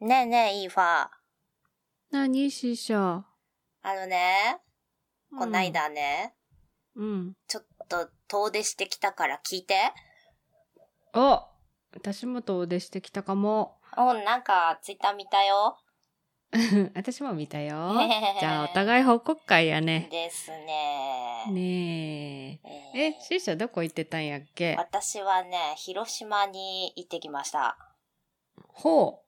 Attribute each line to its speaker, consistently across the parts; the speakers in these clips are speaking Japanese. Speaker 1: ねえねえ、イーファー。
Speaker 2: 何師匠
Speaker 1: あのね、こない。だね、
Speaker 2: うん。
Speaker 1: ちょっと遠出してきたから聞いて。
Speaker 2: お私も遠出してきたかも。
Speaker 1: うん、なんか、ツイッター見たよ。
Speaker 2: 私も見た よ。じゃあ、お互い報告会やね。
Speaker 1: ですね。
Speaker 2: ねえ。
Speaker 1: え
Speaker 2: え、師匠どこ行ってたんやっけ
Speaker 1: 私はね、広島に行ってきました。
Speaker 2: ほ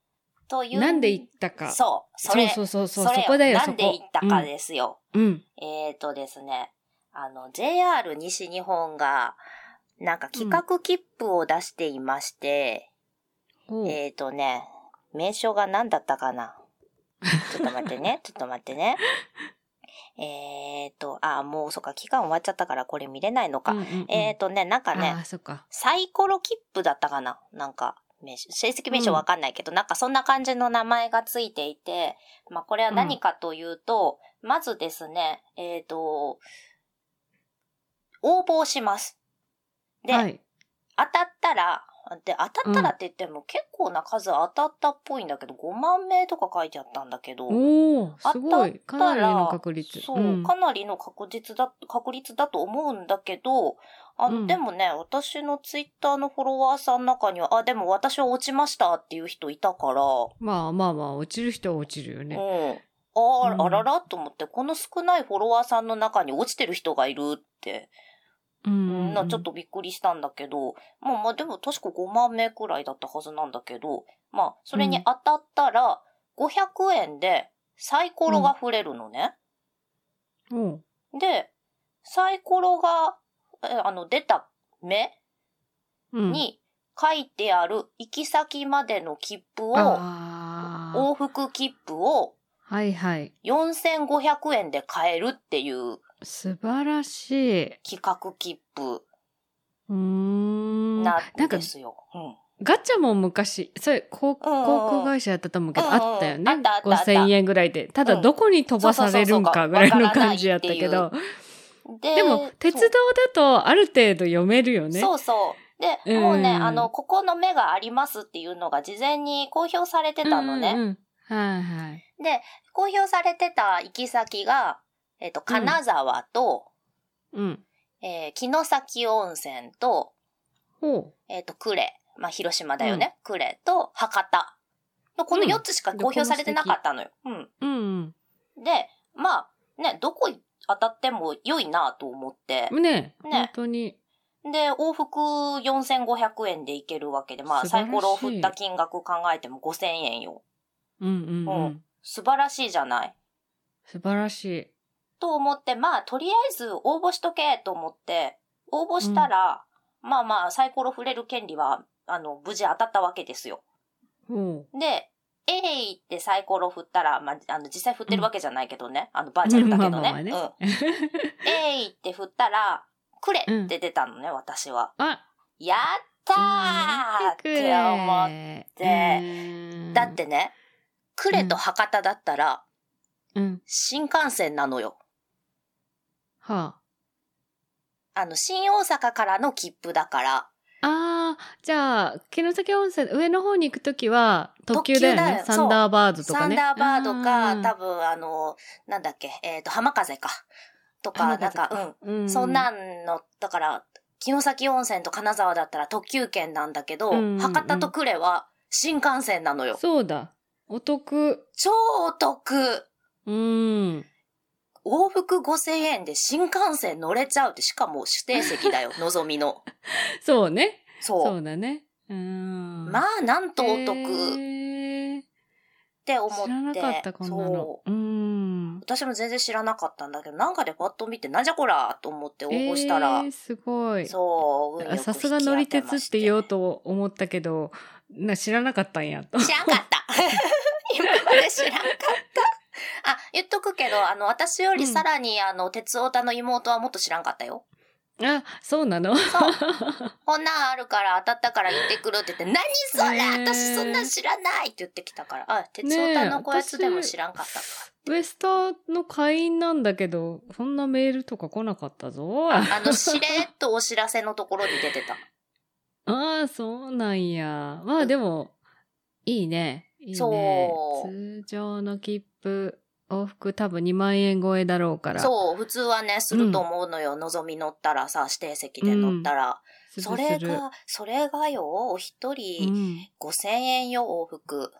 Speaker 1: と
Speaker 2: う。
Speaker 1: いう。
Speaker 2: なんで行ったか。
Speaker 1: そう、それ、
Speaker 2: そうそうそう
Speaker 1: そ
Speaker 2: そう。
Speaker 1: れ
Speaker 2: そこだよ、
Speaker 1: な
Speaker 2: そこ。
Speaker 1: んで行ったかですよ。
Speaker 2: うん。うん。
Speaker 1: えーとですね、あの、JR 西日本が、なんか企画切符を出していまして、
Speaker 2: ほう。
Speaker 1: えーとね、名称が何だったかなちょっと待って ね、ちょっと待ってね。えーと、あ、もうそっか、期間終わっちゃったからこれ見れないのか。
Speaker 2: うんうんうん
Speaker 1: えーとね、なんか
Speaker 2: あ
Speaker 1: ね
Speaker 2: あ、、そっか。
Speaker 1: サイコロ切符だったかななんか、名称成績名称わかんないけど、なんかそんな感じの名前がついていて、まあこれは何かというと、まずですね、えーと、応募をします。で、
Speaker 2: はい。
Speaker 1: 当たったら、で、当たったらって言っても結構な数当たったっぽいんだけど、5万名とか書いてあったんだけど、
Speaker 2: おおすごい。
Speaker 1: 当
Speaker 2: か
Speaker 1: たったら
Speaker 2: なりの確率。
Speaker 1: そう、
Speaker 2: ん
Speaker 1: かなりの確実だ、確率だと思うんだけど、あ、
Speaker 2: うん
Speaker 1: でもね、私のツイッターのフォロワーさんの中には、あ、でも私は落ちましたっていう人いたから、
Speaker 2: まあまあまあ、落ちる人は落ちるよね。
Speaker 1: うん。あー、
Speaker 2: うん
Speaker 1: あららと思って、この少ないフォロワーさんの中に落ちてる人がいるって、
Speaker 2: う
Speaker 1: うん
Speaker 2: ん。
Speaker 1: なちょっとびっくりしたんだけど、まあまあでも確か5万名くらいだったはずなんだけど、まあ、それに当たったら、500円でサイコロが振れるのね。
Speaker 2: おう。
Speaker 1: で、サイコロが、えあの、出た目
Speaker 2: うん。
Speaker 1: に書いてある行き先までの切符を、
Speaker 2: ああ。
Speaker 1: 往復切符を
Speaker 2: はいはい。
Speaker 1: 4500円で買えるっていう
Speaker 2: 素晴らしい。う
Speaker 1: 企画切符
Speaker 2: ーん。な
Speaker 1: なん
Speaker 2: んか
Speaker 1: で、すよ。うん
Speaker 2: ガチャも昔、それ、航
Speaker 1: うんうん
Speaker 2: 航空会社やったと思うけど、
Speaker 1: うんうん
Speaker 2: あったよね。
Speaker 1: あったあったあった
Speaker 2: 5000円ぐらいで。ただ、
Speaker 1: うん
Speaker 2: どこに飛ばされ
Speaker 1: そう
Speaker 2: るん
Speaker 1: そうそうそ
Speaker 2: か
Speaker 1: う
Speaker 2: ぐらいの
Speaker 1: わからない
Speaker 2: 感じやったけど。
Speaker 1: で
Speaker 2: でも、鉄道だと、ある程度読めるよね。
Speaker 1: そうそう。で、
Speaker 2: うん
Speaker 1: もうね、あの、ここの目がありますっていうのが事前に公表されてたのね。
Speaker 2: うんうんうん。はいはい。
Speaker 1: で、公表されてた行き先が、えっ、と、金沢と、
Speaker 2: うん。
Speaker 1: えー、城崎温泉と、
Speaker 2: ほ
Speaker 1: えっ、と、呉、まあ、広島だよね。呉、と、博多。のこの
Speaker 2: うん
Speaker 1: 4つしか公表されてなかったのよ。うん。
Speaker 2: う。うん
Speaker 1: で、まあ、ね、どこ当たっても良いなと思って
Speaker 2: う。ん。ね
Speaker 1: ね
Speaker 2: 本当に。
Speaker 1: で、往復4500円で行けるわけで、まあ、
Speaker 2: 素晴
Speaker 1: サ
Speaker 2: らし
Speaker 1: イ
Speaker 2: い
Speaker 1: コロを振った金額考えても5000円よ。
Speaker 2: うんうん
Speaker 1: う
Speaker 2: う。
Speaker 1: ん素晴らしいじゃない。
Speaker 2: 素晴らしい。
Speaker 1: と思って、まあ、とりあえず応募しとけと思って、応募したら、まあまあ、サイコロ振れる権利は、あの、無事当たったわけですよ。
Speaker 2: ほ
Speaker 1: で、えいってサイコロ振ったら、まあ、あの、実際振ってるわけじゃないけどね。あの、バーチャルだけどね。
Speaker 2: まあまあまあね
Speaker 1: うん。えいって振ったら、くれって出たのね、私は。
Speaker 2: う。あ、
Speaker 1: やったーって思っ
Speaker 2: って
Speaker 1: だっ、てね、くれと博多だったら、
Speaker 2: うん。
Speaker 1: 新幹線なのよ。
Speaker 2: は
Speaker 1: あの、新大阪からの切符だから、
Speaker 2: あ。ああ、じゃあ、城崎温泉、上の方に行くときは、特急だよね
Speaker 1: 特急だよそう
Speaker 2: サンダーバードと
Speaker 1: サ
Speaker 2: か
Speaker 1: ン
Speaker 2: ね。
Speaker 1: ダーバード
Speaker 2: あ
Speaker 1: か、
Speaker 2: ー
Speaker 1: 多分あの、なんだっけ、えっ、と、浜風か。とか、
Speaker 2: 浜
Speaker 1: なんか、
Speaker 2: 風か
Speaker 1: うん。
Speaker 2: う
Speaker 1: そんなんの、だから、城崎温泉と金沢だったら特急券なんだけど、
Speaker 2: うんうんうん
Speaker 1: 博多と呉は新幹線なのよ。
Speaker 2: そうだ。お得。
Speaker 1: 超お得
Speaker 2: うん。
Speaker 1: 往復5000円で新幹線乗れちゃうって、しかも指定席 だよ、のぞみの。
Speaker 2: そうね。そ
Speaker 1: そう
Speaker 2: だね。うん。
Speaker 1: う。まあ、なんとお得っ
Speaker 2: へー
Speaker 1: て思って。
Speaker 2: 知らなかった、こんな
Speaker 1: そう
Speaker 2: の。うん。
Speaker 1: 私も全然知らなかったんだけど、なんかでパッと見て、なんじゃこらと思って応募したら、
Speaker 2: えーすごい。
Speaker 1: そう、運よ
Speaker 2: あ
Speaker 1: く
Speaker 2: さすが乗り鉄って言おう
Speaker 1: と。
Speaker 2: と思ったけど、な知らなかったんやと。
Speaker 1: 知らんかった。 今まで知らんかった。あ、言っとくけど、あの、私よりさらに、あの、鉄オタの妹はもっと知らんかったよ。
Speaker 2: あ、そうなの
Speaker 1: そう。こんなんあるから当たったから行ってくるって言って、何それ、
Speaker 2: ねえ
Speaker 1: 私そんなん知らないって言ってきたから、あ、鉄オタのこやつでも知らんかったか。
Speaker 2: ウエスターの会員なんだけど、そんなメールとか来なかったぞ。あ
Speaker 1: あの、しれっとお知らせのところに出てた。
Speaker 2: あー、そうなんや。まあでも、いいね。いいね。
Speaker 1: そう
Speaker 2: 通常の切符、往復多分2万円超えだろうから。
Speaker 1: そう、普通はね、すると思うのよ。のぞみ乗ったらさ、指定席で乗ったら。
Speaker 2: する
Speaker 1: それ
Speaker 2: する
Speaker 1: が、それがよ、お一
Speaker 2: う
Speaker 1: 人
Speaker 2: ん、
Speaker 1: 5000円よ、往復。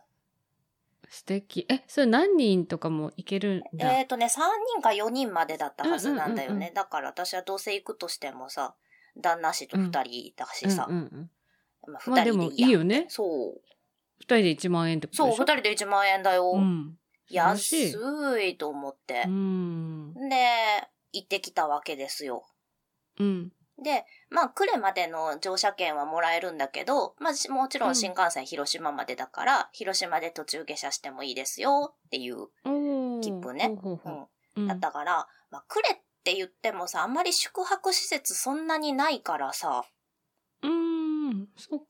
Speaker 2: 素敵。え、それ何人とかも行けるんだ。
Speaker 1: えっ、とね、3人か4人までだったはずなんだよね。
Speaker 2: うんうんうんう
Speaker 1: だから私はどうせ行くとしてもさ、旦那氏と2人だしさ、
Speaker 2: うんうんうん
Speaker 1: まあ、
Speaker 2: まあ
Speaker 1: 2
Speaker 2: で
Speaker 1: 人で
Speaker 2: も
Speaker 1: いい
Speaker 2: い
Speaker 1: や
Speaker 2: いよね。
Speaker 1: そう。
Speaker 2: 二人で1万円ってこと
Speaker 1: そう、
Speaker 2: で
Speaker 1: 2
Speaker 2: しょ
Speaker 1: 人で1万円だよ。
Speaker 2: うん。ら
Speaker 1: 安
Speaker 2: しい
Speaker 1: いと思って
Speaker 2: う。ん。
Speaker 1: で、行ってきたわけですよ。
Speaker 2: うん。
Speaker 1: で、まあ、来るまでの乗車券はもらえるんだけど、まあ、しもちろん新幹線広島までだから、広島で途中下車してもいいですよっていう、
Speaker 2: おー
Speaker 1: 切符ね
Speaker 2: ほうほうほう
Speaker 1: うんだったから、まあ、来れって言ってもさ、あんまり宿泊施設そんなにないからさ、
Speaker 2: うん。うーん、そっか。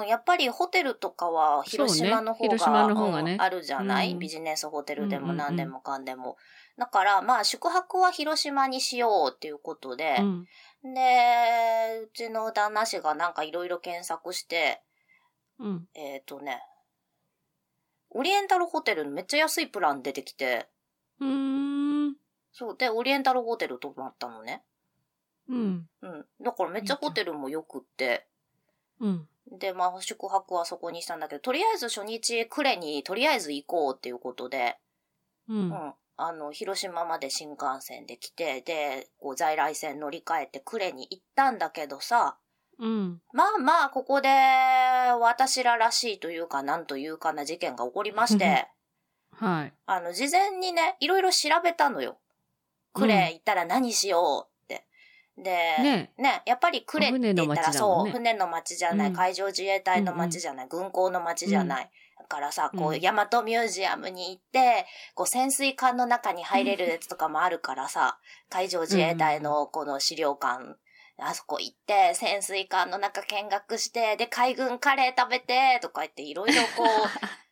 Speaker 1: うん、やっぱりホテルとかは広島の方が,、
Speaker 2: そうね広島の方がね
Speaker 1: うんあるじゃない、
Speaker 2: うん
Speaker 1: ビジネスホテルで
Speaker 2: うんうん
Speaker 1: も
Speaker 2: うん
Speaker 1: 何でもかんでも。だから、まあ、宿泊は広島にしようっていうことで、
Speaker 2: うん。
Speaker 1: で、うちの旦那氏がなんかいろいろ検索して、
Speaker 2: うん。
Speaker 1: えっ、とね、オリエンタルホテルのめっちゃ安いプラン出てきて、
Speaker 2: うーん。
Speaker 1: そう、で、オリエンタルホテル泊まったのね。
Speaker 2: うん。
Speaker 1: うん。だからめっちゃホテルも良くって、
Speaker 2: うん。
Speaker 1: で、まあ、宿泊はそこにしたんだけど、とりあえず初日、呉にとりあえず行こうっていうことで、
Speaker 2: う。
Speaker 1: うんん。あの、広島まで新幹線で来て、で、こう在来線乗り換えて呉に行ったんだけどさ、
Speaker 2: うん。
Speaker 1: まあまあ、ここで、私ららしいというか、なんというかな事件が起こりま して、
Speaker 2: はい。
Speaker 1: あの、事前にね、いろいろ調べたのよ。クレ行ったら何しようって。で、ね
Speaker 2: ね
Speaker 1: やっぱりクレって言ったら、
Speaker 2: 船の町だも
Speaker 1: そ
Speaker 2: ん
Speaker 1: う、
Speaker 2: ね
Speaker 1: 船の町じゃない、
Speaker 2: うん
Speaker 1: 海上自衛隊の町じゃない、軍港の町じゃない。だからさ、こ
Speaker 2: う
Speaker 1: う、
Speaker 2: ん
Speaker 1: ヤマトミュージアムに行って、こう、潜水艦の中に入れるやつとかもあるからさ、海上自衛隊のこの資料館、あそこ行って、潜水艦の中見学して、で、海軍カレー食べて、とか言って、いろいろ こう、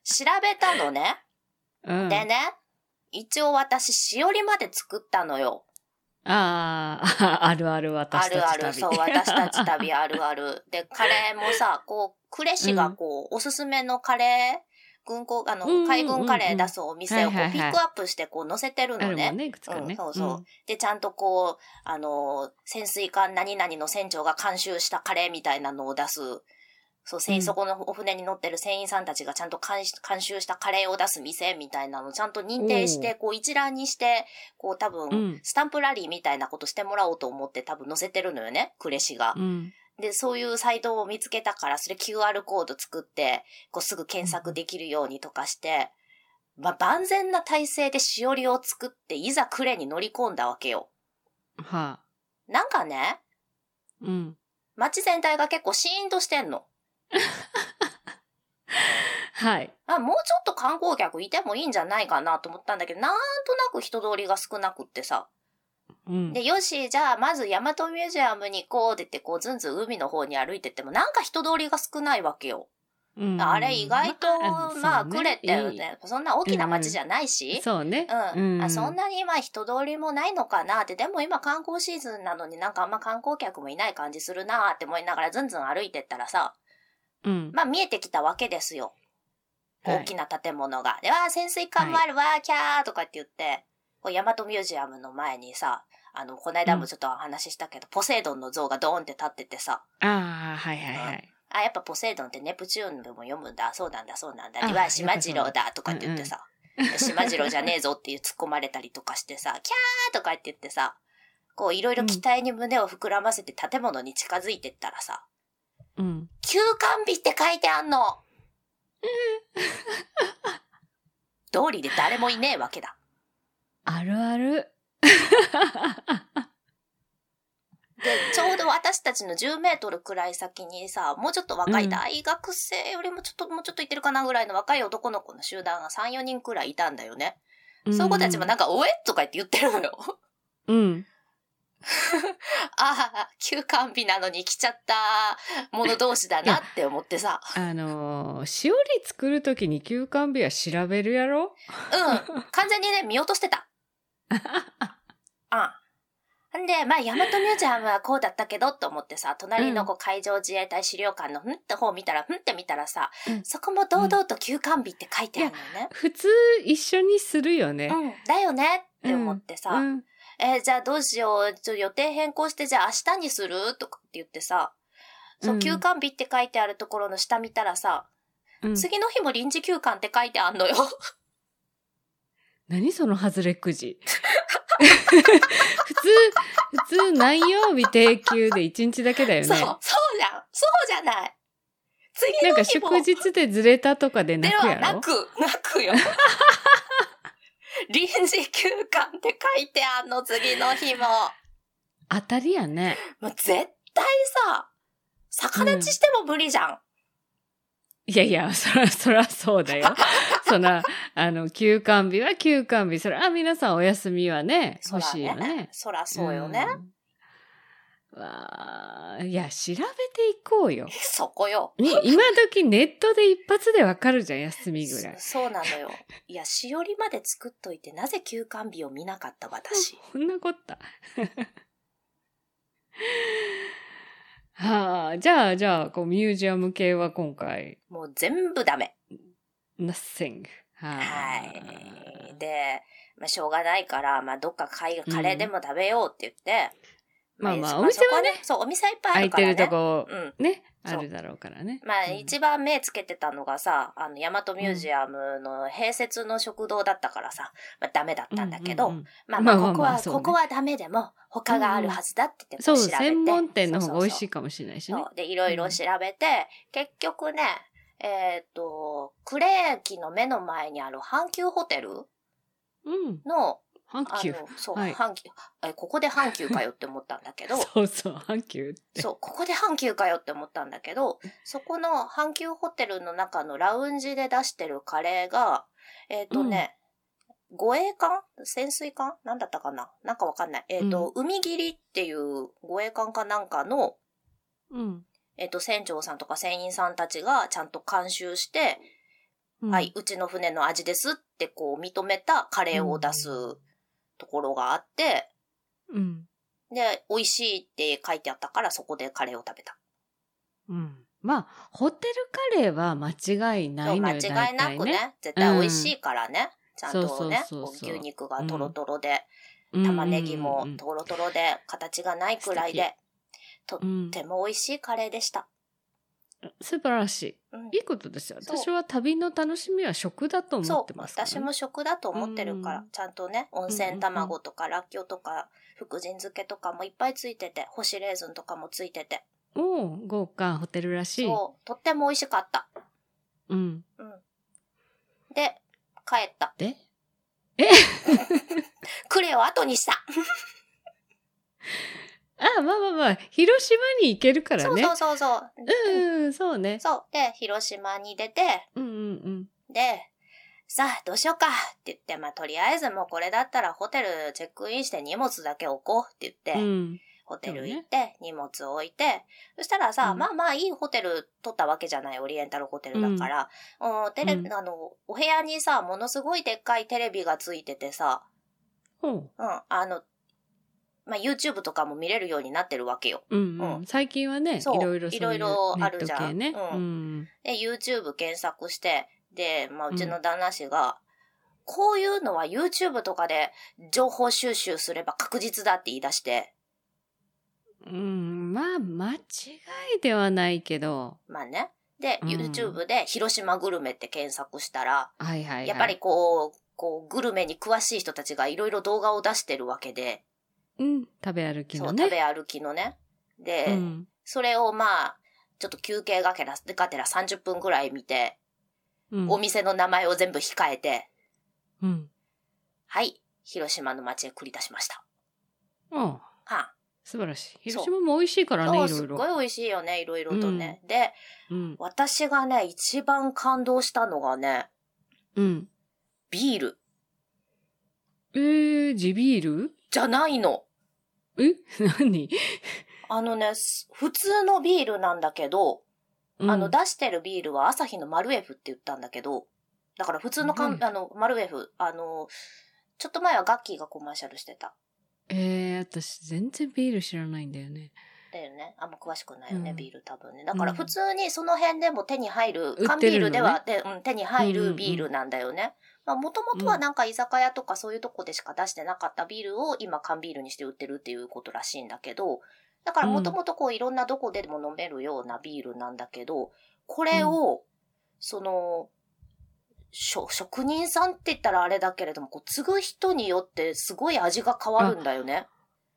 Speaker 1: 調べたのね。
Speaker 2: うん。
Speaker 1: でね、一応私、しおりまで作ったのよ。
Speaker 2: ああ、 あるある
Speaker 1: あ
Speaker 2: 私たち
Speaker 1: る
Speaker 2: 旅。
Speaker 1: ある、そう、 私たち旅あるある。で、カレーもさ、こう、呉市がこう、おすすめのカレー、軍港、あの
Speaker 2: うんうんうんう、ん
Speaker 1: 海軍カレー出すお店をこう
Speaker 2: はいはいは
Speaker 1: ピッ
Speaker 2: い
Speaker 1: クアップしてこう、載せてる
Speaker 2: あ
Speaker 1: の
Speaker 2: るも
Speaker 1: ね
Speaker 2: ん。ね、いくつかね。
Speaker 1: うんそうそうで、ちゃんとこう、あの、潜水艦何々の船長が監修したカレーみたいなのを出す。そう、船、
Speaker 2: うん
Speaker 1: そこのお船に乗ってる船員さんたちがちゃんと監監修したカレーを出す店みたいなのをちゃんと認定して、こう一覧にして、こう多分、
Speaker 2: うん
Speaker 1: スタンプラリーみたいなことしてもらおうと思って多分載せてるのよね、呉市が。
Speaker 2: うん。うん。
Speaker 1: で、そういうサイトを見つけたから、それ QR コード作って、こうすぐ検索できるようにとかして、まあ、万全な体制でしおりを作って、いざクレに乗り込んだわけよ。
Speaker 2: はあ。
Speaker 1: なんかね、
Speaker 2: うん。
Speaker 1: 街全体が結構シーンとしてんの。
Speaker 2: はい。
Speaker 1: あ、もうちょっと観光客いてもいいんじゃないかなと思ったんだけど、なんとなく人通りが少なくってさ。
Speaker 2: うん。
Speaker 1: で、よし、じゃあまず大和ミュージアムに行こうって言って、こうずんずん海の方に歩いてっても、なんか人通りが少ないわけよ。
Speaker 2: うん
Speaker 1: あれ意外と、まあ、
Speaker 2: そう
Speaker 1: 呉ってね
Speaker 2: いい
Speaker 1: そんな大きな町じゃないし、
Speaker 2: そうね。
Speaker 1: うん、あ、そん
Speaker 2: な。
Speaker 1: なに今人通りもないのかなって、でも今観光シーズンなのになんかあんま観光客もいない感じするなって思いながらずんずん歩いてったらさ、
Speaker 2: うん。
Speaker 1: まあ見えてきたわけですよ。
Speaker 2: はい
Speaker 1: 大きな建物が。で、わあ、潜水艦もあるわー、キャーとかって言って、こう、大和ミュージアムの前にさ、あの、この間もちょっとお話ししたけど、ポセイドンの像がドーンって立っててさ、
Speaker 2: ああ、はいはいはい。
Speaker 1: あ、やっぱポセイドンってネプチューンでも読むんだ、そうなんだ、そうなんだ、
Speaker 2: あ
Speaker 1: では島次郎だとかって言ってさ、島次郎じゃねえぞっていう突っ込まれたりとかしてさ、キャーとかって言ってさ、こういろいろ期待に胸を膨らませて建物に近づいてったらさ、
Speaker 2: うん。
Speaker 1: 休館日って書いてあんの通りで誰もいねえわけだ。
Speaker 2: あるある。
Speaker 1: で、ちょうど私たちの10メートルくらい先にさ、もうちょっと若い、
Speaker 2: うん
Speaker 1: 大学生よりもちょっと、もうちょっといってるかなぐらいの若い男の子の集団が3、4人くらいいたんだよね。その子たちもなんか、おえとか言って言ってるの よ。
Speaker 2: うん。
Speaker 1: ああ、休館日なのに来ちゃった者同士だなって思ってさ。
Speaker 2: あのー、しおり作るときに休館日は調べるやろ
Speaker 1: うん。完全にね、見落としてた。ああ。んで、まあ、ヤマトミュージアムはこうだったけど、と思ってさ、隣のこう海上自衛隊資料館の、ふんって方を見たら、ふんって見たらさ、
Speaker 2: うん
Speaker 1: そこも堂々と休館日って書いてあるの
Speaker 2: 普通一緒にするよね。
Speaker 1: よね。うん。だよねって思ってさ、
Speaker 2: うん、
Speaker 1: えーじゃあどうしよう、ちょ予定変更して、じゃあ明日にするとかって言ってさ、そうう、
Speaker 2: ん
Speaker 1: 休館日って書いてあるところの下見たらさ、
Speaker 2: うん
Speaker 1: 次の日も臨時休館って書いてあんのよ。
Speaker 2: 何その外れくじ普通普通何曜日定休で1日だけだよね
Speaker 1: そう、そうじゃん。そうじゃない。次
Speaker 2: なん
Speaker 1: の
Speaker 2: か
Speaker 1: 日も。
Speaker 2: 祝日でずれたとかでな
Speaker 1: で
Speaker 2: く
Speaker 1: は
Speaker 2: や
Speaker 1: な
Speaker 2: ろ
Speaker 1: く、なくよ。臨時休館って書いてあんの、次の日も。
Speaker 2: 当たりやね
Speaker 1: もう絶対さ、逆立ちしても無理じゃん。
Speaker 2: いやいやそらそらそうだよそらあの休館日は休館日そらあ皆さんお休みはね
Speaker 1: そ
Speaker 2: 欲
Speaker 1: ら
Speaker 2: しいよね
Speaker 1: ね。そらそうよね。
Speaker 2: うんわあいや調べていこ うよ、
Speaker 1: そこよ。
Speaker 2: ね、今時ネットで一発でわかるじゃん休みぐらい
Speaker 1: そそうなのよ。いや、しおりまで作っといて、なぜ休館日を見なかった 私。
Speaker 2: こんなこった。はあ、じゃあ、じゃあ、こう、ミュージアム系は今回、
Speaker 1: もう全部ダメ。
Speaker 2: nothing. は
Speaker 1: はい。で、まあ、しょうがないから、まあ、どっかカイカレーでも食べようって言って。
Speaker 2: まあまあ
Speaker 1: そ
Speaker 2: お店
Speaker 1: そこ
Speaker 2: はね
Speaker 1: そう、お店はいっぱいあ
Speaker 2: 空
Speaker 1: る
Speaker 2: い
Speaker 1: から
Speaker 2: て
Speaker 1: ね。
Speaker 2: るとこ、
Speaker 1: うん。
Speaker 2: ね、
Speaker 1: そう
Speaker 2: あるだろうからね。
Speaker 1: まあ、
Speaker 2: うん
Speaker 1: 一番目つけてたのがさ、あの、大和ミュージアムの併設の食堂だったからさ、まあ、ダメだったんだけど、
Speaker 2: ううんうん
Speaker 1: まあまあ、
Speaker 2: まあまあ
Speaker 1: ここは、
Speaker 2: まあそうね
Speaker 1: ここはダメでも、他があるはずだって言って、
Speaker 2: そ
Speaker 1: こ
Speaker 2: う、
Speaker 1: う調べて
Speaker 2: 専門店の方が美味し
Speaker 1: そうそうそう
Speaker 2: いかもしれないしね。
Speaker 1: そう。で、いろいろ調べて、結局ね、えっ、と、クレーキの目の前にある阪急ホテル
Speaker 2: うん、
Speaker 1: の、
Speaker 2: 阪
Speaker 1: あ
Speaker 2: 急。
Speaker 1: の、そう、
Speaker 2: はい
Speaker 1: 阪急、え、ここで阪急かよって思ったんだけど、
Speaker 2: そうそう、阪急って。
Speaker 1: そう、ここで阪急かよって思ったんだけど、そこの阪急ホテルの中のラウンジで出してるカレーが、えっ、とね、護衛艦潜水艦なんだったかななんかわかんない。えっ、と、海切りっていう護衛艦かなんかの、
Speaker 2: うん。
Speaker 1: えっと、船長さんとか船員さんたちがちゃんと監修して、
Speaker 2: うん
Speaker 1: はい、。うちの船の味ですってこう認めたカレーを出すところがあって、
Speaker 2: うん。
Speaker 1: で、美味しいって書いてあったからそこでカレーを食べた。
Speaker 2: うん。まあ、ホテルカレーは間違いないの
Speaker 1: 間
Speaker 2: よ
Speaker 1: 違いなくね、。絶対美味しいからね。ちゃんとね、
Speaker 2: そうそうそうそう
Speaker 1: こう牛肉がトロトロで、
Speaker 2: 大体ね
Speaker 1: 玉ねぎも
Speaker 2: うんうん
Speaker 1: トロトロで、形がないくらいで、とっ
Speaker 2: うんうん
Speaker 1: とても美味しいカレーでした。
Speaker 2: 素晴らしい。
Speaker 1: うん
Speaker 2: いいことですよ。
Speaker 1: そう
Speaker 2: 私は旅の楽しみは食だと思
Speaker 1: そ
Speaker 2: っ
Speaker 1: う
Speaker 2: て、ますから、ね。
Speaker 1: 私も食だと思ってるから、
Speaker 2: うん
Speaker 1: ちゃんとね、温泉卵とか、らっきょうとか、福神漬けとかもいっぱいついてて、干しレーズンとかもついてて、
Speaker 2: おう豪華ホテルらしい。
Speaker 1: そう、とっても美味しかった。
Speaker 2: うん。
Speaker 1: うん。で、帰った。
Speaker 2: で、
Speaker 1: クレを後にした。
Speaker 2: あ、まあまあまあ、広島に行けるから
Speaker 1: そう
Speaker 2: ね。
Speaker 1: そうそうそう。
Speaker 2: うんうん、そうね。
Speaker 1: そう。で、広島に出て、
Speaker 2: うんうんうん。
Speaker 1: で、さあ、どうしようかって言って、まあ、とりあえずもうこれだったらホテルチェックインして荷物だけ置こうって言って、
Speaker 2: うん、
Speaker 1: ホテル行って、荷物置いて、そしたらさ、
Speaker 2: うん
Speaker 1: まあまあいいホテル取ったわけじゃない、オリエンタルホテルだから、うんテレ
Speaker 2: うん
Speaker 1: あの、お部屋にさ、ものすごいでっかいテレビがついててさ、
Speaker 2: ほ
Speaker 1: うん、あの、まあ YouTube とかも見れるようになってるわけよ。
Speaker 2: ううんうん
Speaker 1: う
Speaker 2: 最近はね、い
Speaker 1: そう
Speaker 2: ろいろそういう
Speaker 1: いろいろある
Speaker 2: ネット
Speaker 1: じゃん
Speaker 2: 系ね。
Speaker 1: う
Speaker 2: うん。
Speaker 1: で、YouTube 検索して、で、まあ
Speaker 2: うん
Speaker 1: うちの旦那氏が、こういうのは YouTube とかで情報収集すれば確実だって言い出して、
Speaker 2: うん、まあ、間違いではないけど。
Speaker 1: まあね。で、
Speaker 2: うん
Speaker 1: YouTube で広島グルメって検索したら、
Speaker 2: はいはい、はい。
Speaker 1: やっぱり。こう、こう、グルメに詳しい人たちがいろいろ動画を出してるわけで、
Speaker 2: うん、食べ歩き
Speaker 1: そう、
Speaker 2: のね。
Speaker 1: 食べ歩きのね。で、
Speaker 2: うん。
Speaker 1: それをまあ、ちょっと休憩がけら、がてら30分ぐらい見て、
Speaker 2: うん
Speaker 1: お店の名前を全部控えて、
Speaker 2: うん。
Speaker 1: はい、広島の街へ繰り出しました。
Speaker 2: うん。
Speaker 1: は
Speaker 2: 素晴らしい。
Speaker 1: そう
Speaker 2: 広島も美味しいか
Speaker 1: あ、
Speaker 2: らね、い
Speaker 1: そう
Speaker 2: ろ
Speaker 1: すっ
Speaker 2: い
Speaker 1: ご
Speaker 2: ろ。
Speaker 1: い美味しいよね、いろいろとね。で、
Speaker 2: うん。
Speaker 1: 私がね、一番感動したのがね、
Speaker 2: うん。
Speaker 1: ビール
Speaker 2: えー、地ビール
Speaker 1: じゃないの。
Speaker 2: え何、
Speaker 1: あのね、す普通のビールなんだけど、
Speaker 2: うん
Speaker 1: あの、出してるビールは朝日のマルエフって言ったんだけど、だから普通のかん、
Speaker 2: うん
Speaker 1: あの、マルエフ、あの、ちょっと前はガッキーがコマーシャルしてた。
Speaker 2: えー、私全然ビール知らないんだよね。
Speaker 1: だよね。あんま詳しくないよね、
Speaker 2: うん
Speaker 1: ビール多分ね。だから
Speaker 2: うん
Speaker 1: 普通にその辺でも手に入る、
Speaker 2: てるのね
Speaker 1: 缶ビールでは、でうん、手に入
Speaker 2: うんうんう
Speaker 1: る
Speaker 2: ん
Speaker 1: ビールなんだよね。まあもともとはなんか居酒屋とかそういうとこでしか出してなかったビールを今缶ビールにして売ってるっていうことらしいんだけど、だからもともとこういろんなどこでも飲めるようなビールなんだけど、これを、その、しょ職人さんって言ったらあれだけれども、こう継ぐ人によってすごい味が変わるんだよね。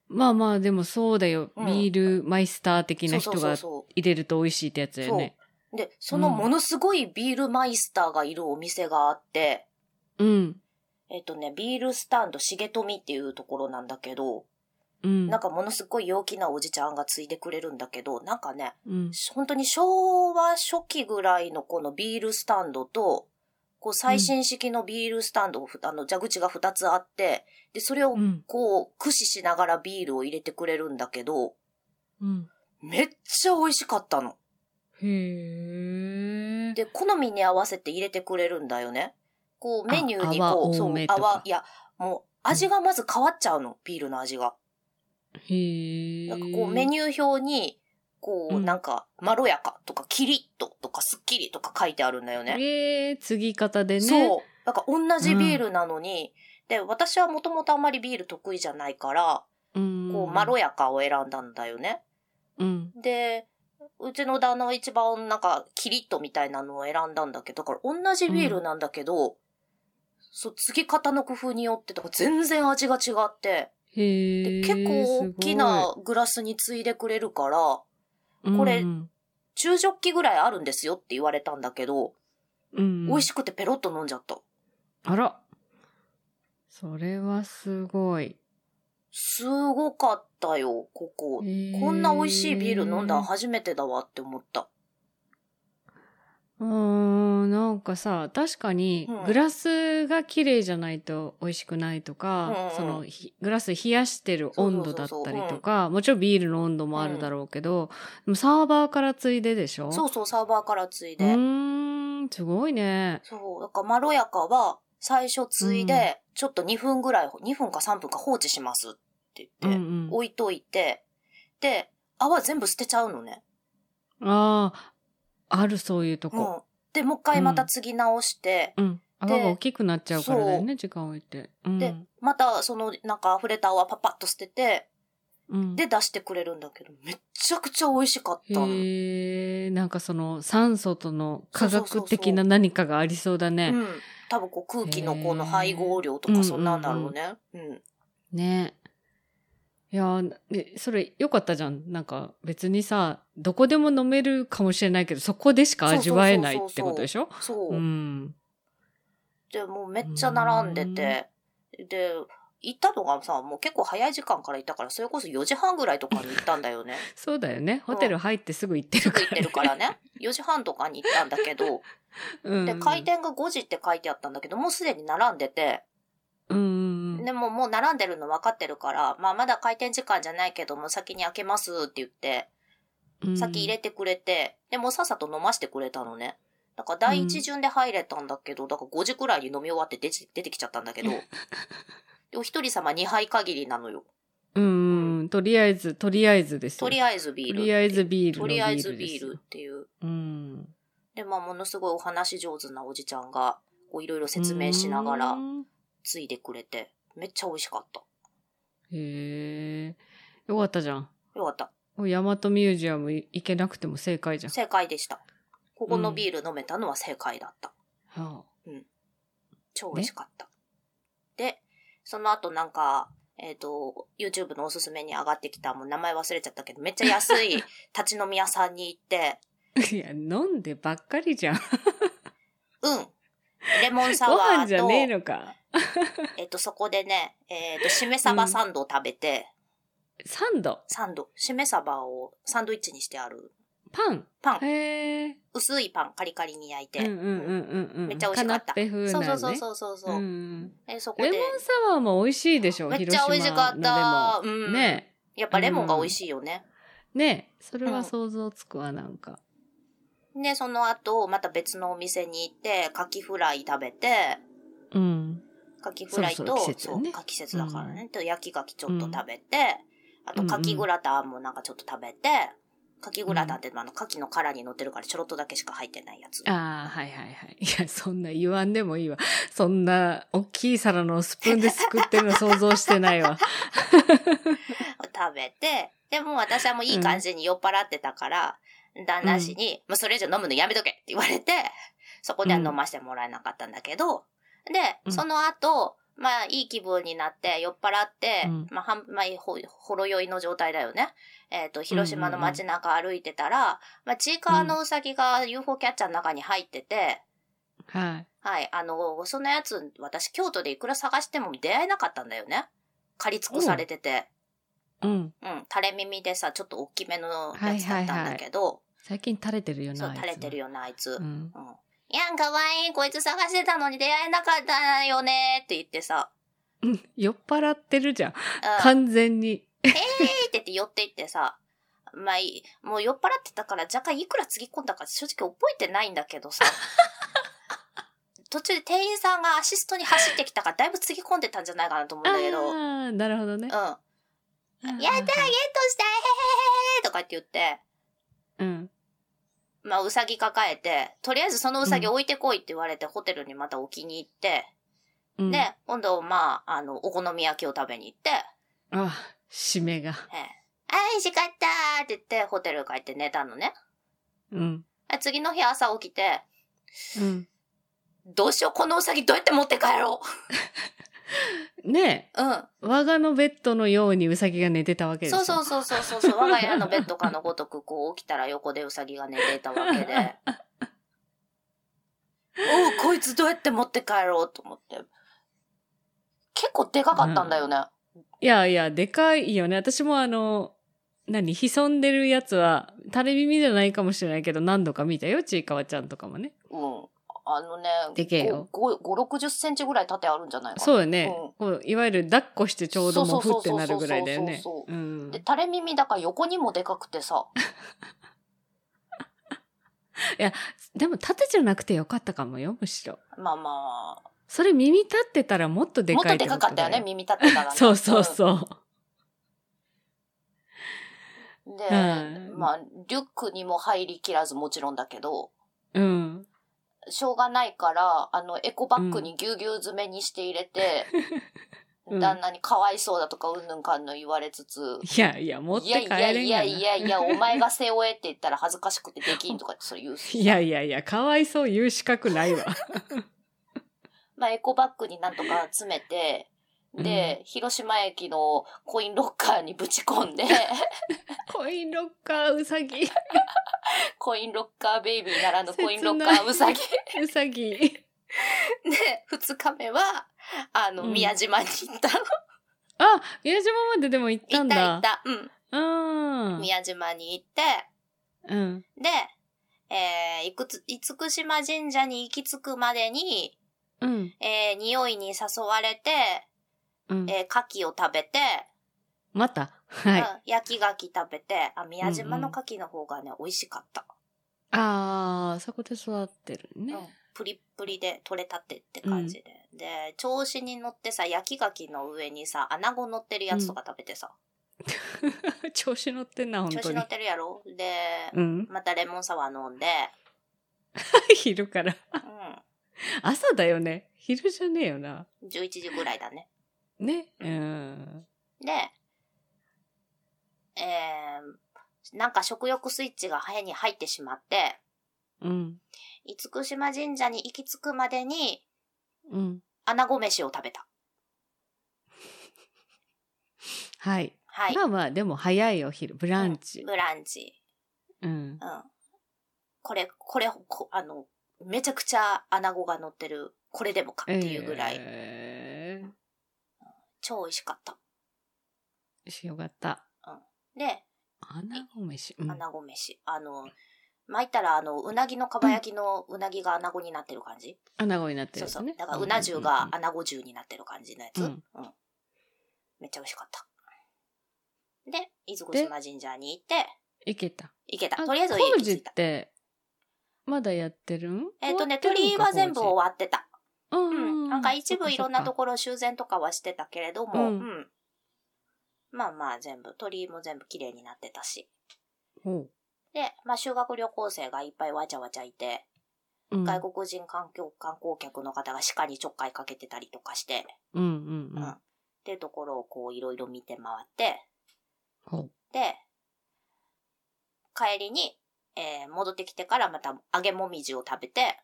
Speaker 2: まあまあ、でもそうだよ。
Speaker 1: うん
Speaker 2: ビールマイスター的
Speaker 1: そ
Speaker 2: な
Speaker 1: うそう
Speaker 2: 人
Speaker 1: そう
Speaker 2: が
Speaker 1: そう。
Speaker 2: 入れると美味しいってやつだよね。
Speaker 1: で、そのものすごいビールマイスターがいるお店があって、
Speaker 2: うん。
Speaker 1: えっとね、ビールスタンド重富っていうところなんだけど、
Speaker 2: うん。
Speaker 1: なんかものすごい陽気なおじちゃんがついてくれるんだけど、なんかね、
Speaker 2: うん。
Speaker 1: 本当に昭和初期ぐらいのこのビールスタンドと、こう最新式のビールスタンドをふ、あの、蛇口が2つあって、で、それを
Speaker 2: うん。
Speaker 1: こう、駆使しながらビールを入れてくれるんだけど、
Speaker 2: うん。
Speaker 1: めっちゃ美味しかったの。
Speaker 2: へえ。
Speaker 1: で、好みに合わせて入れてくれるんだよね。こう、
Speaker 2: あ
Speaker 1: メニューにこ
Speaker 2: 泡
Speaker 1: う、そ
Speaker 2: 多
Speaker 1: う
Speaker 2: め、とか
Speaker 1: 泡、いや、もう、味がまず変わっちゃうの、ビールの味が。
Speaker 2: へえ。
Speaker 1: なんかこう、メニュー表に、こ
Speaker 2: う
Speaker 1: う、
Speaker 2: ん
Speaker 1: なんか、まろやかとか、キリッととか、すっきりとか書いてあるんだよね。
Speaker 2: ええー、継ぎ方でね。
Speaker 1: そう。なんか、同じビールなのに、で、私はもともとあんまりビール得意じゃないから、
Speaker 2: う。ん。
Speaker 1: こう、まろやかを選んだんだよね。
Speaker 2: うん。
Speaker 1: で、うちの旦那は一番なんか、キリッとみたいなのを選んだんだけど、だから同じビールなんだけど、そう、継ぎ方の工夫によって、だから全然味が違って、
Speaker 2: へ
Speaker 1: で
Speaker 2: え。
Speaker 1: 結構大きなグラスに継いでくれるから、
Speaker 2: すごい、
Speaker 1: これ
Speaker 2: うん
Speaker 1: 中ジョッキぐらいあるんですよって言われたんだけど、
Speaker 2: うん。
Speaker 1: 美味し
Speaker 2: い。
Speaker 1: くてペロッと飲んじゃった。
Speaker 2: あら。それはすごい。
Speaker 1: すごかったよ、ここ。こ
Speaker 2: こ
Speaker 1: んな美味しいビール飲んだの初めてだわって思った。
Speaker 2: うーん、なんかさ、確かに
Speaker 1: うん、
Speaker 2: グラスが綺麗じゃないと美味しくないと
Speaker 1: うん
Speaker 2: か、
Speaker 1: うん
Speaker 2: その、ひグラス冷やしてる温度だった
Speaker 1: そうそうそう
Speaker 2: り
Speaker 1: そう
Speaker 2: とか、もちろんビールの温度もあるだろうけど、でもサーバーからついででしょ
Speaker 1: そううそう、サーバーから継いで。
Speaker 2: うーん、すごいね。
Speaker 1: そう。だから、まろやかは、最初ついで、ちょっと2分ぐらい、2分か3分か放置しますって
Speaker 2: うん
Speaker 1: 言
Speaker 2: う
Speaker 1: って、
Speaker 2: ん。
Speaker 1: 置いといて、で、泡全部捨てちゃうのね。
Speaker 2: ああ、あるそういうと
Speaker 1: う
Speaker 2: こ。
Speaker 1: ん。で、もう一回また継ぎ直して、
Speaker 2: うん。泡が大きくなっちゃうからだよね、時間置いて。うん。
Speaker 1: で、またその、なんか溢れた泡パパッと捨てて、
Speaker 2: うん、
Speaker 1: で出してくれるんだけど、めちゃくちゃ美味しかったの。
Speaker 2: へえ、なんかその酸素との科
Speaker 1: そうそうそう
Speaker 2: 学
Speaker 1: そう
Speaker 2: 的な何かがありそうだね。
Speaker 1: うん。多分こう空気のこの配合量と
Speaker 2: へ
Speaker 1: か
Speaker 2: ー
Speaker 1: そんなんだろうね。うん
Speaker 2: ねいやーでそれ良かったじゃん。なんか別にさ、どこでも飲めるかもしれないけど、そこでしか味わえないってことでしょ
Speaker 1: そう。
Speaker 2: うん。
Speaker 1: で、もうめっちゃ並んでて、で、行ったのがさ、もう結構早い時間から行ったから、それこそ4時半ぐらいとかに行ったんだ よね。
Speaker 2: そうだよね。ホテル入ってすぐ行ってるか
Speaker 1: 行
Speaker 2: ら、
Speaker 1: ってるからね。4時半とかに行ったんだけど、
Speaker 2: うん。
Speaker 1: で、開店が5時って書いてあったんだけど、もうすでに並んでて、
Speaker 2: うん。うん。
Speaker 1: でももう並んでるの分かってるから、まあまだ開店時間じゃないけど、もう先に開けますって言って、
Speaker 2: うん
Speaker 1: 先入れてくれて、でもうさっさと飲ましてくれたのね。だから第一巡で入れたんだけど、だから5時くらいに飲み終わって出て出てきちゃったんだ けど、でお一人様2杯限りなのよ。
Speaker 2: うん、うん。とりあえず、とりあえずですよ。
Speaker 1: とりあえずビール。
Speaker 2: とりあえずビール
Speaker 1: と
Speaker 2: の
Speaker 1: りあえず
Speaker 2: です
Speaker 1: ビールっていう。
Speaker 2: うん。
Speaker 1: で、まあものすごいお話上手なおじちゃんが、こういろいろ説明しながら
Speaker 2: うん
Speaker 1: ついでくれて、めっちゃ美味しかった。
Speaker 2: へえ。よかったじゃん。
Speaker 1: よかった。
Speaker 2: もうヤマトミュージアム行けなくても正解じゃん。
Speaker 1: 正解でした。ここのビール飲めたのは正解だった。
Speaker 2: はあ
Speaker 1: 超美味しかった。で、その後なんか、えっ、と、YouTube のおすすめに上がってきた、もう名前忘れちゃったけど、めっちゃ安 い立ち飲み屋さんに行って、
Speaker 2: いや、飲んでばっかりじゃん。
Speaker 1: うん。レモンサ
Speaker 2: ご
Speaker 1: ワ
Speaker 2: 飯じ
Speaker 1: ー
Speaker 2: ゃ
Speaker 1: と、
Speaker 2: ねえ
Speaker 1: えっ、
Speaker 2: のか。
Speaker 1: と、そこでね、えっ、と、しめ鯖サンドを食べて、
Speaker 2: サンド、
Speaker 1: サンド、しめ鯖をサンドイッチにしてある
Speaker 2: パン。
Speaker 1: パン、
Speaker 2: へえ。
Speaker 1: 薄いパンカリカリに焼いて、
Speaker 2: うんうんうんうんうん。
Speaker 1: めっちゃ美味しかった
Speaker 2: カナッペ風
Speaker 1: そう
Speaker 2: な
Speaker 1: そ
Speaker 2: ね。
Speaker 1: うそうそうそうそう、
Speaker 2: うん
Speaker 1: えそこ
Speaker 2: レ
Speaker 1: で
Speaker 2: モン、サワーも美味しいでしょ、
Speaker 1: めっ
Speaker 2: 広
Speaker 1: ちゃ
Speaker 2: 島の
Speaker 1: 美味しかった。う
Speaker 2: で
Speaker 1: ん。
Speaker 2: も。ね
Speaker 1: やっぱレモンが美味しいよね。
Speaker 2: え。ねえ。それ
Speaker 1: うん
Speaker 2: は想像つくわ、なんか。
Speaker 1: で、その後、また別のお店に行って、カキフライ食べて、
Speaker 2: うん。
Speaker 1: カキフライと、
Speaker 2: そろそろ季節
Speaker 1: そ
Speaker 2: よ
Speaker 1: う、
Speaker 2: ね
Speaker 1: カキ季節だからね。と、焼きカキちょっと
Speaker 2: うん
Speaker 1: 食べて、あと、カキグラタンもなんかちょっと食べて、カキグラタンって、あの、カキの殻に乗ってるからちょろっとだけしか入ってないやつ。
Speaker 2: ああ、はいはいはい。いや、そんな言わんでもいいわ。そんな、大きい皿のスプーンですくってるの想像してない わ。
Speaker 1: 食べて、でも私はもういい感じに酔っ払ってたから、旦那氏に、もうそれ以上飲むのやめとけって言われて、そこでは飲ませてもらえなかったんだけど、
Speaker 2: う
Speaker 1: で、
Speaker 2: ん
Speaker 1: その後、まあいい気分になって酔っ払って、
Speaker 2: うん
Speaker 1: まあ半、まあほ、ほろ酔いの状態だよね。えっ、と、広島の街中歩いてたら、まあチーカーのウサギが UFO キャッチャーの中に入ってて、
Speaker 2: はい。
Speaker 1: はい、あの、そのやつ、私京都でいくら探しても出会えなかったんだよね。借り尽くされてて。
Speaker 2: うん。
Speaker 1: うん、垂れ耳でさ、ちょっと大きめのやつだったんだけど、
Speaker 2: 最近垂れてるよな。
Speaker 1: そう、
Speaker 2: あいつ
Speaker 1: 垂れてる。よね、あいつ。う。
Speaker 2: うんん。
Speaker 1: いやん、かわいい、こいつ探してたのに出会えなかったよねって言ってさ、
Speaker 2: 酔っ払ってるじゃん。
Speaker 1: うん、
Speaker 2: 完全に。
Speaker 1: ピーって言って寄っていってさ、まあいい、もう酔っ払ってたから若干いくらつぎ込んだか正直覚えてないんだけ どさ、途中で店員さんがアシストに走ってきたからだいぶつぎ込んでたんじゃないかなと思うんだけど、うん。や
Speaker 2: ああ、なるほどね。
Speaker 1: ったーゲットしたへへへへとかって言って、
Speaker 2: うん。
Speaker 1: まあ、うさぎ抱えて、とりあえずそのうさぎ置いてこいって言われて、ホテルにまた置きに行って、
Speaker 2: うん。
Speaker 1: で、今度、まあ、あの、お好み焼きを食べに行って、
Speaker 2: ああ、締めが。
Speaker 1: ええ、あー、美味しかったーって言って、ホテル帰って寝たのね。
Speaker 2: うん。
Speaker 1: あ次の日朝起きて、
Speaker 2: うん。
Speaker 1: どうしよう、このうさぎどうやって持って帰ろ
Speaker 2: ねえ、
Speaker 1: う。うん。
Speaker 2: 我がのベッドのようにウサギが寝てたわけです
Speaker 1: そう
Speaker 2: よ。。
Speaker 1: そううそうそうそうそう。我が家のベッドかのごとく、こう起きたら横でうさぎが寝ていたわけで。 おう、こいつどうやって持って帰ろうと思って。結構でかかったんだよね。
Speaker 2: いやいや、でかいよね。私もあの、何潜んでるやつは、垂れ耳じゃないかもしれないけど、何度か見たよ。ちいかわちゃんとかもね。
Speaker 1: うん。あのね、
Speaker 2: でけえよ
Speaker 1: 5、5 60センチぐらい縦あるんじゃないかな。
Speaker 2: そうよね。こういわゆる抱っこしてちょうども
Speaker 1: そう
Speaker 2: ふ
Speaker 1: そう
Speaker 2: っ
Speaker 1: そう
Speaker 2: て
Speaker 1: そう
Speaker 2: なるぐらいだよね
Speaker 1: そうそう。う
Speaker 2: う
Speaker 1: ん
Speaker 2: ん
Speaker 1: で、。垂れ耳だから横にもでかくてさ。
Speaker 2: でも縦じゃなくてよかったかもよ、むしろ。
Speaker 1: まあま
Speaker 2: それ耳立ってたらもっと
Speaker 1: あ、
Speaker 2: で
Speaker 1: もっ
Speaker 2: かい
Speaker 1: と
Speaker 2: っ
Speaker 1: で
Speaker 2: てこと
Speaker 1: か
Speaker 2: だ
Speaker 1: かったよね、耳立ってたらね。
Speaker 2: そうそうそう。
Speaker 1: うん。で、
Speaker 2: うん
Speaker 1: まあ、リュックにも入りきらずもちろんだけど、
Speaker 2: うん。
Speaker 1: しょうがないから、あの、エコバッグにぎゅうぎゅう詰めにして入れて、
Speaker 2: うん
Speaker 1: 旦那にかわいそうだとかうんぬんかんぬん言われつつ、
Speaker 2: いやいや、持って
Speaker 1: い
Speaker 2: 帰
Speaker 1: や
Speaker 2: れん
Speaker 1: い
Speaker 2: が
Speaker 1: や
Speaker 2: な
Speaker 1: いやいやいや、お前が背負えって言ったら恥ずかしくてできんとかってそれ言うし
Speaker 2: いやいやいや、かわいそう言う資格ない わ。
Speaker 1: まあ、エコバッグになんとか詰めて、で、広島駅のコインロッカーにぶち込ん で、
Speaker 2: コインロッカーウサ ギ、
Speaker 1: コインロッカーベイビーならぬコインロッカ
Speaker 2: 切
Speaker 1: ー
Speaker 2: ない
Speaker 1: ウサギ で、
Speaker 2: ウサギ。
Speaker 1: 二日目は、あの、
Speaker 2: うん
Speaker 1: 宮島に行った。
Speaker 2: あ、宮島まででも行った
Speaker 1: 行っ
Speaker 2: ん
Speaker 1: た行
Speaker 2: だ。
Speaker 1: った。うん。
Speaker 2: うん。
Speaker 1: 宮島に行って、
Speaker 2: うん。
Speaker 1: で、えー、いくつ、厳島神社に行き着くまでに、
Speaker 2: うん。
Speaker 1: えー、匂いに誘われて、
Speaker 2: うん。
Speaker 1: えー、牡蠣を食べて、
Speaker 2: また。はい。
Speaker 1: うん、焼き牡蠣食べて、あ、宮島の
Speaker 2: うん
Speaker 1: 牡蠣の方がね、美味しかった。
Speaker 2: あー、そこで育ってるね。
Speaker 1: うんプリップリで取れたてって感じで。で、調子に乗ってさ、焼き牡蠣の上にさ、穴子乗ってるやつとか食べてさ、
Speaker 2: 調子乗ってんな、本
Speaker 1: 調
Speaker 2: 当
Speaker 1: 子
Speaker 2: に
Speaker 1: 乗っ。てるやろで、
Speaker 2: うん。
Speaker 1: またレモンサワー飲んで、
Speaker 2: 昼から。
Speaker 1: う
Speaker 2: 朝だよね。昼じゃねえよな。
Speaker 1: ん、11時ぐらいだね。
Speaker 2: ね。うん。
Speaker 1: で、えー、なんか食欲スイッチが部に入ってしまって、
Speaker 2: うん。
Speaker 1: 厳島神社に行き着くまでに、
Speaker 2: うん。
Speaker 1: 穴子飯を食べた。
Speaker 2: はい。
Speaker 1: はい。
Speaker 2: まあまあ、でも早いお昼。ブランチ。
Speaker 1: ブランチ。
Speaker 2: うん。
Speaker 1: うん。これ、これ、こあの、めちゃくちゃ穴子が乗ってる、これでもかっていうぐらい、
Speaker 2: えー
Speaker 1: 超美味しかった。
Speaker 2: よしよかった。
Speaker 1: で、
Speaker 2: 穴子飯。うん
Speaker 1: 穴子飯。あの、巻いたら、あの、うなぎのかば焼きのうなぎが穴子になってる感じ、
Speaker 2: 穴子になって
Speaker 1: そ
Speaker 2: るや
Speaker 1: う
Speaker 2: つ
Speaker 1: そう
Speaker 2: ね。。
Speaker 1: だから、うな重
Speaker 2: ん
Speaker 1: が穴子重になってる感じのやつ。う
Speaker 2: うんん。
Speaker 1: めっちゃ美味しかった。で、伊豆越島神社に行って、
Speaker 2: いけた。
Speaker 1: 行けた。
Speaker 2: あ
Speaker 1: とりあえず
Speaker 2: 工
Speaker 1: 行
Speaker 2: 事っ
Speaker 1: きた。
Speaker 2: て、まだやってるん
Speaker 1: えっ、とね、
Speaker 2: 終わてる
Speaker 1: 鳥
Speaker 2: ん
Speaker 1: 居
Speaker 2: か
Speaker 1: は全部終わってた。
Speaker 2: うん
Speaker 1: うん、なんか一部いろんなと
Speaker 2: こ
Speaker 1: ころ修繕とかはしてたけれど
Speaker 2: う
Speaker 1: も、う
Speaker 2: ん
Speaker 1: んまあまあ全部、鳥居も全部綺麗になってたし。
Speaker 2: 外
Speaker 1: で、まあ修学旅行生がいっぱいわちゃわちゃいて、外国人環境観光客の方が鹿にちょっかいかけてたりとかして、
Speaker 2: うんうんう
Speaker 1: うん
Speaker 2: ん
Speaker 1: っていうところをこういろいろ見て回って、
Speaker 2: ほ
Speaker 1: で、帰りに、えー戻ってきてからまた揚げもみじを食べて、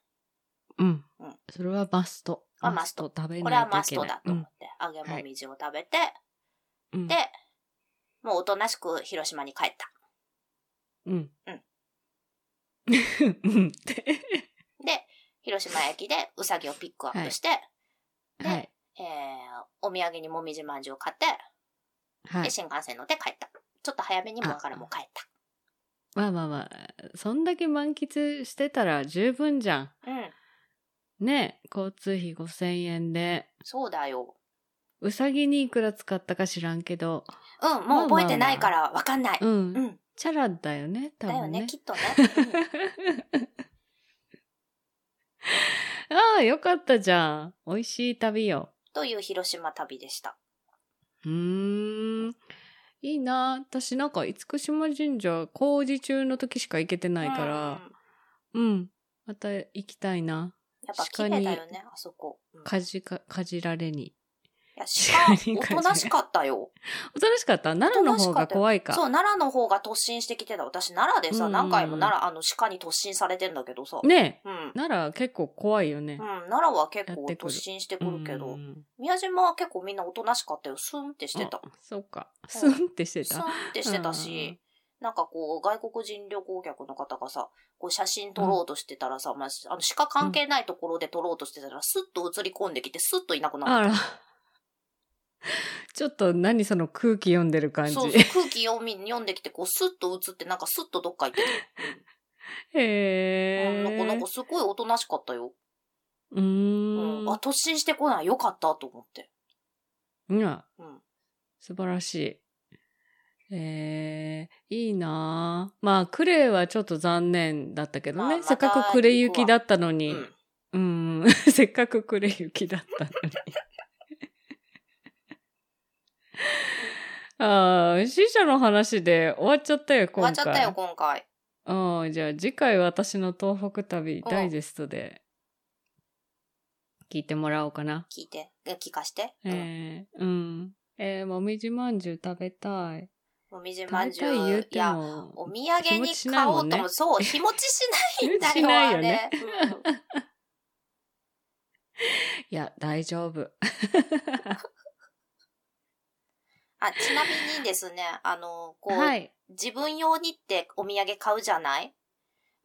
Speaker 2: ううん
Speaker 1: うん
Speaker 2: それはマスト
Speaker 1: あマスト
Speaker 2: 食べ
Speaker 1: これは
Speaker 2: な
Speaker 1: マ
Speaker 2: いと
Speaker 1: ス
Speaker 2: いけ
Speaker 1: ト
Speaker 2: ない
Speaker 1: だと思って、揚げもみじを食べて、
Speaker 2: うん
Speaker 1: で、もうおとなしく広島に帰った。
Speaker 2: うん
Speaker 1: う
Speaker 2: うんんうんって
Speaker 1: で、広島駅でうさぎをピックアップして、で
Speaker 2: はい
Speaker 1: えー、お土産にもみじまんじゅうを買って、
Speaker 2: は
Speaker 1: で、
Speaker 2: い
Speaker 1: 新幹線乗って帰った。ちょっと早めにもだからもう帰っ
Speaker 2: まあまあまあそんだけ満喫してたら十分じゃん
Speaker 1: た。うん。
Speaker 2: ね交通費5000円で
Speaker 1: そうだよ。
Speaker 2: うさぎにいくら使ったか知らんけど
Speaker 1: うん、もう覚えてないからわかんない。
Speaker 2: うん、
Speaker 1: うん。
Speaker 2: チャラだよね多
Speaker 1: だよ
Speaker 2: 分ね
Speaker 1: ね、きっとね。
Speaker 2: ああよかったじゃん美味しい旅よ
Speaker 1: という広島旅でした。
Speaker 2: うーんいいな私なんか厳島神社工事中の時しか行けてないか
Speaker 1: うん
Speaker 2: らうん、また行きたいな
Speaker 1: やっぱ綺麗だよね、あそこ。うんい
Speaker 2: かじかかじられに
Speaker 1: や、
Speaker 2: 鹿に
Speaker 1: 鹿、おとなしかったよ。
Speaker 2: おとなしかった奈良の方が怖いか
Speaker 1: そう、奈良の方が突進してきてた。私、奈良でさ、
Speaker 2: うん
Speaker 1: 何回も奈良、あの、鹿に突進されてんだけどさ。
Speaker 2: ね
Speaker 1: うん。うん
Speaker 2: え。奈良結構怖いよね、
Speaker 1: 奈良は結
Speaker 2: や
Speaker 1: 構
Speaker 2: ってく
Speaker 1: 突
Speaker 2: る
Speaker 1: 進してくるけど、
Speaker 2: うん
Speaker 1: 宮島は結構みんなおとなしかったよ。スンってしてた。
Speaker 2: あそうか
Speaker 1: うん
Speaker 2: スンってして
Speaker 1: スン
Speaker 2: た
Speaker 1: ってしてたし、なんかこう、外国人旅行客の方がさ、こう写真撮ろうとしてたらさ、まあ、あの、鹿関係ないところで撮ろうとしてたら、スッと映り込んできて、スッといなくなった
Speaker 2: あら ちょっと何その空気読んでる感じ
Speaker 1: そうそう、空気読み、読んできて、こう、スッと映って、なんかスッとどっか行ってる。うん
Speaker 2: へ
Speaker 1: なんか、なん
Speaker 2: え
Speaker 1: かすごいおとなしかったよ。う
Speaker 2: う
Speaker 1: ん。
Speaker 2: ーん
Speaker 1: あ、突進してこない。よかった、と思って。
Speaker 2: いや
Speaker 1: うん。
Speaker 2: 素晴らしいえー、いいなあまあクレイはちょっと残念だったけど
Speaker 1: まあ
Speaker 2: ね、
Speaker 1: また
Speaker 2: せっかくクレイ行きだったの
Speaker 1: う
Speaker 2: に
Speaker 1: ん。
Speaker 2: うん、 せっかくクレイ行きだったのに ああ死者の話で終わっちゃったよ
Speaker 1: 終
Speaker 2: 今
Speaker 1: わ
Speaker 2: 回
Speaker 1: っちゃったよ、今回。
Speaker 2: うん、じゃあ次回私の東北旅
Speaker 1: うん
Speaker 2: ダイジェストで聞いてもらおうかな。
Speaker 1: 聞いて。え聞かして。うん。
Speaker 2: えー、うん。えー、もみじまんじゅう食べたい。
Speaker 1: もみじま
Speaker 2: 食
Speaker 1: ん
Speaker 2: べ
Speaker 1: じゅ
Speaker 2: たい言う
Speaker 1: う。い
Speaker 2: て
Speaker 1: や、
Speaker 2: も。
Speaker 1: お土産に買おうと
Speaker 2: 日持ちしないもん
Speaker 1: も、
Speaker 2: ね
Speaker 1: そう、日持ちしないんだよ、
Speaker 2: 日持ちしないよ
Speaker 1: あ
Speaker 2: ね
Speaker 1: れ。うん
Speaker 2: いや、大丈夫。
Speaker 1: あ、ちなみにですね、あの、こう、
Speaker 2: はい。
Speaker 1: 自分用にってお土産買うじゃない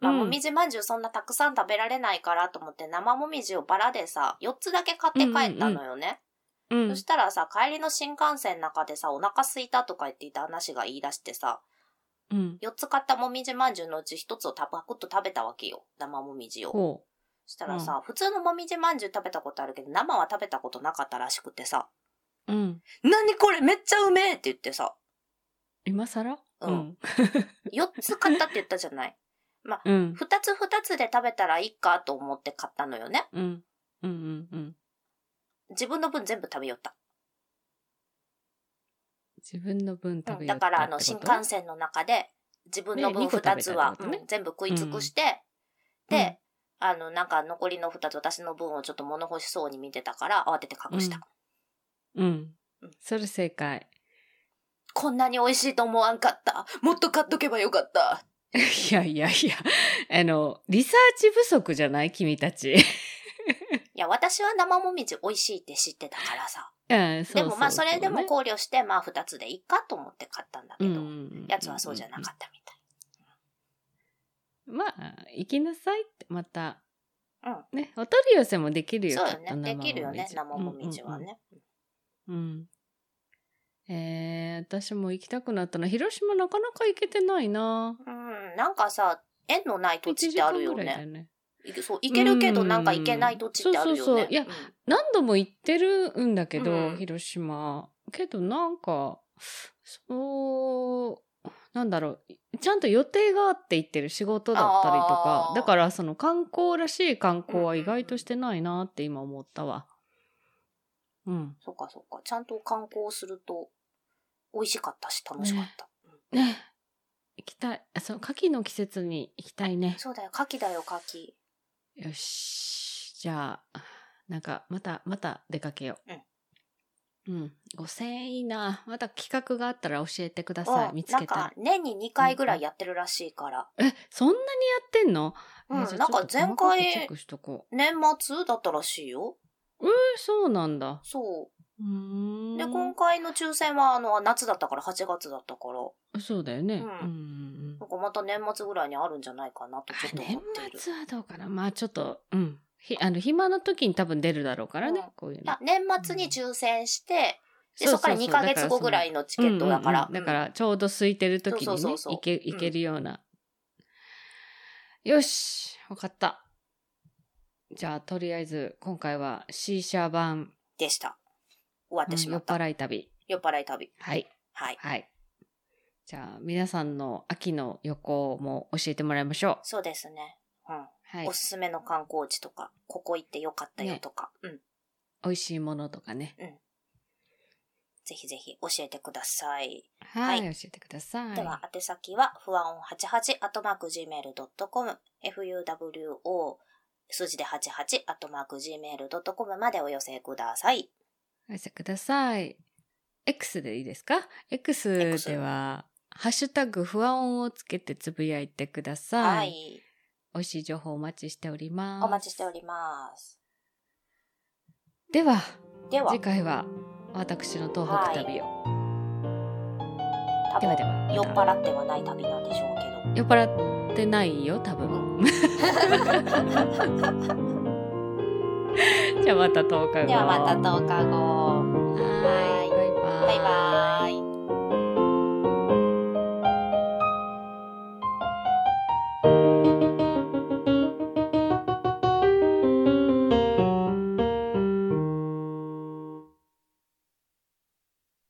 Speaker 1: まあ、
Speaker 2: うん
Speaker 1: もみじまんじゅうそんなたくさん食べられないからと思って生もみじをバラでさ、4つだけ買って帰ったのよね。
Speaker 2: うん
Speaker 1: そ。したらさ、帰りの新幹線の中でさ、お腹すいたとか言っていた話が言い出してさ、
Speaker 2: うん。
Speaker 1: 4つ買ったもみじまんじゅうのうち1つをたパクッと食べたわけよ。生もみじを。
Speaker 2: ほ
Speaker 1: そしたらさ、普通のもみじまんじゅう食べたことあるけど、生は食べたことなかったらしくてさ、
Speaker 2: う。うん。
Speaker 1: 何これめっちゃうめえって言ってさ、
Speaker 2: 今更
Speaker 1: うん。4つ買ったって言ったじゃない
Speaker 2: うん。
Speaker 1: 2つ2つで食べたらいいかと思って買ったのよね。
Speaker 2: うん。うん。うん。うん。
Speaker 1: 自分の分全部食べよった。
Speaker 2: 自分の分食
Speaker 1: う
Speaker 2: べ
Speaker 1: ん
Speaker 2: よ
Speaker 1: だ
Speaker 2: うってこと
Speaker 1: から、あの、新幹線の中で、自分の分
Speaker 2: ね二個食べた
Speaker 1: 2
Speaker 2: って
Speaker 1: つは、
Speaker 2: ことね
Speaker 1: うん全部食い尽くして、で、あの、なんか残りの2つ、私の分をちょっと物欲しそうに見てたから、慌てて隠した。
Speaker 2: うんうん。
Speaker 1: う
Speaker 2: うんん。それ正解。
Speaker 1: こんなに美味しいと思わんかった。もっと買っとけばよかった。
Speaker 2: いやいやいや、あの、リサーチ不足じゃない君たち。
Speaker 1: いや、私は生もみじ美味しいって知ってたからさ。
Speaker 2: うん、
Speaker 1: でもまあ、それでも
Speaker 2: こ
Speaker 1: 考慮して、まあ、2つでいいかと思って買ったんだけど、
Speaker 2: ん
Speaker 1: やつはそうじゃなかったみたい。
Speaker 2: まあ、行きなさいって、また。
Speaker 1: うん
Speaker 2: ね、お取り寄せもできる
Speaker 1: そ
Speaker 2: よ。
Speaker 1: う
Speaker 2: き
Speaker 1: よ
Speaker 2: っと
Speaker 1: ね。できるよね、生
Speaker 2: 生
Speaker 1: も
Speaker 2: も
Speaker 1: み
Speaker 2: み
Speaker 1: じ
Speaker 2: じ
Speaker 1: は。ね。
Speaker 2: うんうんうんうんえー、私も行きたくなったな。広島なかなか行けてないな。
Speaker 1: うん、なんかさ、縁のない土地ってあるよ
Speaker 2: 1時間ぐらいだ
Speaker 1: ね。
Speaker 2: ね。
Speaker 1: いけそう、行けるけどなんか行けない土地ってあるよね。
Speaker 2: そうそうそういや
Speaker 1: ん
Speaker 2: 何度も行ってるんだけど、
Speaker 1: うん
Speaker 2: 広島。けどなんか、そう、なんだろう、ちゃんと予定があって行ってる仕事だったりとか
Speaker 1: あ、ー
Speaker 2: だからその観光らしい観光は意外としてないなって今思ったわ。うん。
Speaker 1: そうかそうか。ちゃんと観光すると、美味しかったし、楽しかった。
Speaker 2: ね 行きたい。あ、そう、牡蠣の季節に行きたいね。
Speaker 1: そうだよ、牡蠣だよ、牡蠣。
Speaker 2: よし。じゃあ、なんか、また、また出かけよう。うん。5000円いいな。また企画があったら教えてくださ
Speaker 1: う
Speaker 2: い。
Speaker 1: ん
Speaker 2: 見つ
Speaker 1: なん
Speaker 2: けた。
Speaker 1: から年に2回ぐらいやってるらしいから、
Speaker 2: え、そんなにやってんの
Speaker 1: うん
Speaker 2: えじゃあちょっと
Speaker 1: なんか前回
Speaker 2: 細かくチェックしとこう。
Speaker 1: 年末だったらしいよ。
Speaker 2: えー、そうなんだ。
Speaker 1: そうう。
Speaker 2: ーん。
Speaker 1: で、今回の抽選は、あの、夏だったから、8月だったから、
Speaker 2: そうだよね。
Speaker 1: う
Speaker 2: うんんうんう
Speaker 1: なん
Speaker 2: ん。
Speaker 1: かまた年末ぐらいにあるんじゃないかなと、ちょっと思
Speaker 2: 年
Speaker 1: っている。
Speaker 2: 末はどうかな。まあちょっと、うん。ひあの、暇な時に多分出るだろうからね。
Speaker 1: うん
Speaker 2: こういう
Speaker 1: い
Speaker 2: の
Speaker 1: や。年末に抽選して、で、
Speaker 2: う
Speaker 1: そうっから
Speaker 2: う
Speaker 1: 2ヶ月後ぐらいのチケットだから。
Speaker 2: うんうんうんだからちょうど空いてる時に
Speaker 1: そう
Speaker 2: ね
Speaker 1: そうそうそう
Speaker 2: 行け行けるような、よしわかったじゃあとりあえず今回は C 社版、
Speaker 1: でした。終わっ
Speaker 2: うん
Speaker 1: てしま
Speaker 2: 酔
Speaker 1: っ。
Speaker 2: った払い旅
Speaker 1: 酔っ払い旅。
Speaker 2: はい
Speaker 1: はい。
Speaker 2: はいじゃあ皆さんの秋の旅行も教えてもらいましょう
Speaker 1: そうですね。うん。
Speaker 2: はい
Speaker 1: おすすめの観光地とか、ここ行ってよかったよとか、うん。
Speaker 2: 美味しいものとかね
Speaker 1: ぜひぜひ教えてください。
Speaker 2: はい、
Speaker 1: は
Speaker 2: 教えてください
Speaker 1: では、宛先は、不安音88、アットマーク gmail.com、fuwo、数字で88、アットマーク gmail.com までお寄せください。
Speaker 2: お寄せください。X でいいですか ?X では、ハッシュタグ不安音をつけてつぶやいてください。
Speaker 1: はい。
Speaker 2: 美味しい情報お待ちしております。
Speaker 1: お待ちしております。
Speaker 2: では、
Speaker 1: では
Speaker 2: 次、回は私の東北旅を。
Speaker 1: 多
Speaker 2: で
Speaker 1: 分
Speaker 2: はでは、また
Speaker 1: 酔っ払ってはない旅なんでしょうけど。
Speaker 2: 酔っ払ってないよ、多分。じゃあまた10日後。
Speaker 1: ではまた10日後。
Speaker 2: はい。バイバイ。
Speaker 1: バイバイ。